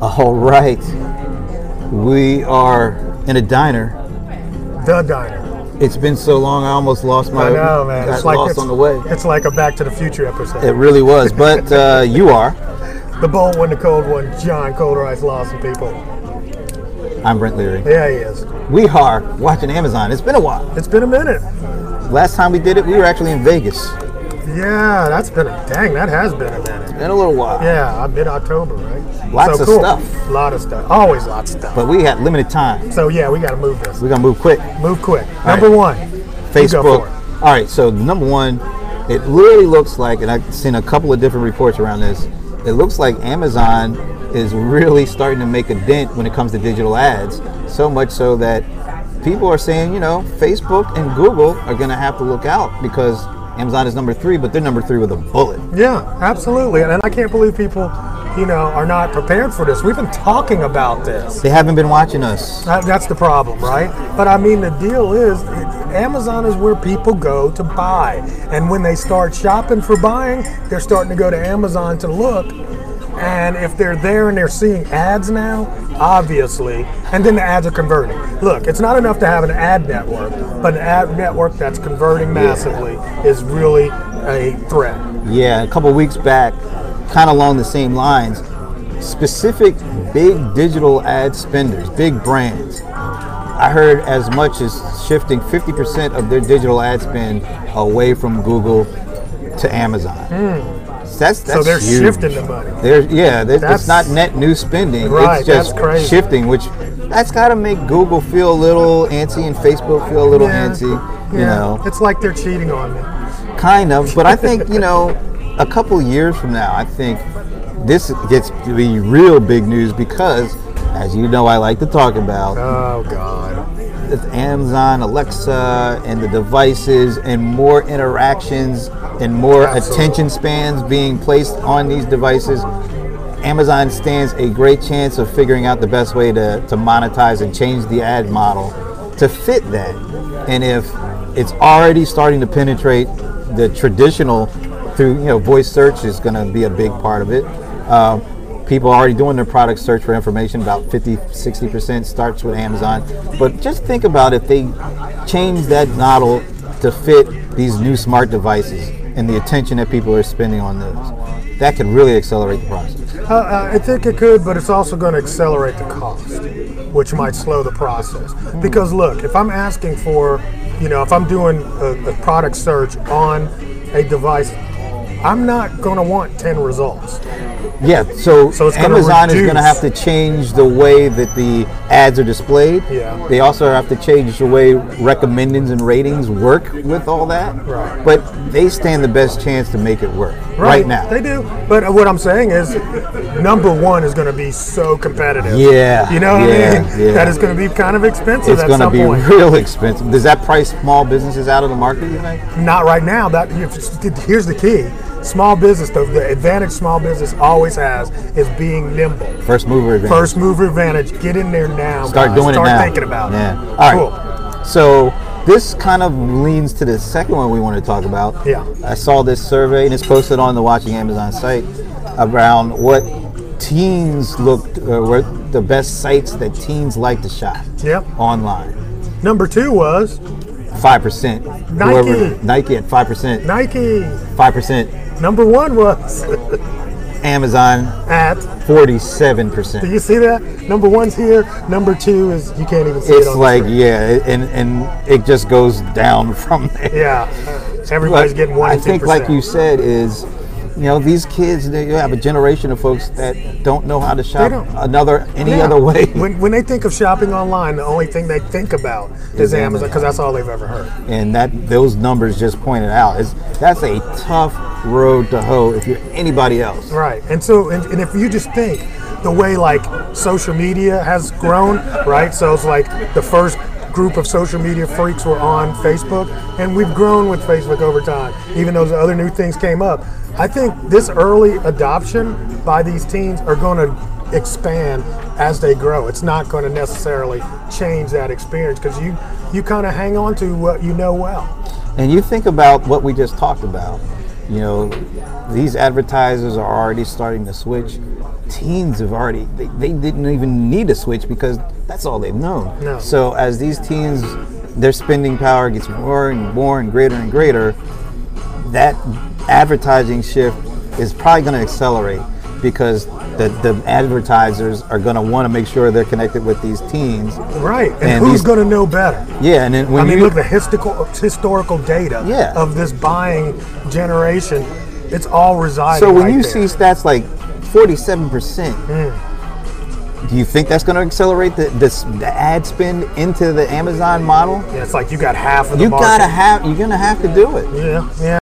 All right. We are in a diner. The diner. It's been so long, I almost lost my. I know, man. Got It's like lost it's, on the way. it's like a Back to the Future episode. It really was, but uh, you are. the bold one, the cold one, John Cold Rice Lawson, people. I'm Brent Leary. Yeah, he is. We are watching Amazon. It's been a while. It's been a minute. Last time we did it, we were actually in Vegas. Yeah, that's been a dang. That has been a minute. Been a little while, Yeah, mid October, right? Lots so of cool. stuff. Lot of stuff. Always lots of stuff. but we had limited time. so yeah, we got to move this. We're gonna move quick. Move quick. right. Number one. you go Facebook. for it. All right, so number one, it really looks like, and I've seen a couple of different reports around this. It looks like Amazon is really starting to make a dent when it comes to digital ads. So much so that people are saying, you know, Facebook and Google are going to have to look out because Amazon is number three, but they're number three with a bullet. Yeah, absolutely. And, and I can't believe people, you know, are not prepared for this. We've been talking about this. They haven't been watching us. That, that's the problem, right? But I mean, the deal is it- Amazon is where people go to buy. And when they start shopping for buying, they're starting to go to Amazon to look. And if they're there and they're seeing ads now, obviously, and then the ads are converting. Look, it's not enough to have an ad network, but an ad network that's converting massively is really a threat. Yeah, a couple weeks back, kind of along the same lines, specific big digital ad spenders, big brands. I heard as much as shifting 50% of their digital ad spend away from Google to Amazon. So That's, that's Hmm. so they're huge. shifting the money. They're, yeah, they That's- it's not net new spending. Right, it's just that's crazy. shifting, which that's got to make Google feel a little antsy and Facebook feel a little Yeah. antsy. You Yeah. know, It's like they're cheating on me. kind of but i think you know a couple years from now i think this gets to be real big news because as you know i like to talk about Oh God. it's amazon alexa and the devices and more interactions and more Absolutely. attention spans being placed on these devices amazon stands a great chance of figuring out the best way to, to monetize and change the ad model to fit that and if it's already starting to penetrate the traditional through you know voice search is going to be a big part of it um, people are already doing their product search for information about 50 60% starts with amazon but just think about if they change that model to fit these new smart devices and the attention that people are spending on those that could really accelerate the process Uh, uh, I think it could, but it's also going to accelerate the cost, which might slow the process. Because look, if I'm asking for, you know, if I'm doing a, a product search on a device, I'm not going to want ten results. yeah so, So it's gonna amazon is reduce- going to have to change the way that the ads are displayed Yeah. they also have to change the way recommendings and ratings work with all that Right. but they stand the best chance to make it work right, now They do. But what I'm saying is, number one is going to be so competitive. Yeah, You know what yeah, I mean? yeah. That is going to be kind of expensive it's at going to some be point. real expensive. Does that price small businesses out of the market? You think? Not right now. That if- here's the key. Small business, the, the advantage small business always has is being nimble. First mover advantage. First mover advantage. Get in there now. Start guys. doing Uh, Start it now. thinking about yeah. it. All right. Cool. So this kind of leans to the second one we want to talk about. Yeah. I saw this survey and it's posted on the Watching Amazon site around what teens looked or were the best sites that teens like to shop Yep. online. Number two was Five percent. Nike. Nike at five percent. Nike. Five percent. Number one was Amazon at. forty-seven Do percent. you see that? Number one's here. Number two is you can't even see it. It's on the like screen. yeah, it- and and it just goes down from there. Yeah, everybody's But getting one. I and think, 10%. like you said, is you know these kids. They you have a generation of folks that don't know how to shop don't. another any Yeah. other way. When, when they think of shopping online, the only thing they think about is Is Amazon Amazon. because that's all they've ever heard. and that those numbers just pointed out is that's a tough road to hoe if you're anybody else. Right. And so, and, and if you just think the way like social media has grown, right? So it's like the first group of social media freaks were on Facebook, and we've grown with Facebook over time, even though the other new things came up. I think this early adoption by these teens are going to expand as they grow. It's not going to necessarily change that experience because you you kind of hang on to what you know well. And you think about what we just talked about. You know, these advertisers are already starting to switch. Teens have already, they, they didn't even need a switch because that's all they've known. No. So as these teens, their spending power gets more and more and greater and greater, that advertising shift is probably going to accelerate because the, the advertisers are going to want to make sure they're connected with these teens. Right. And, And who's these- going to know better? Yeah, and then when I mean, you look, the historical historical data Yeah. of this buying generation, it's all residing. So when right you there. see stats like 47%, Hmm. do you think that's going to accelerate the, this, the ad spend into the Amazon model? Yeah, it's like you got half of the You market. gotta have. You're gonna have to do it. yeah, yeah.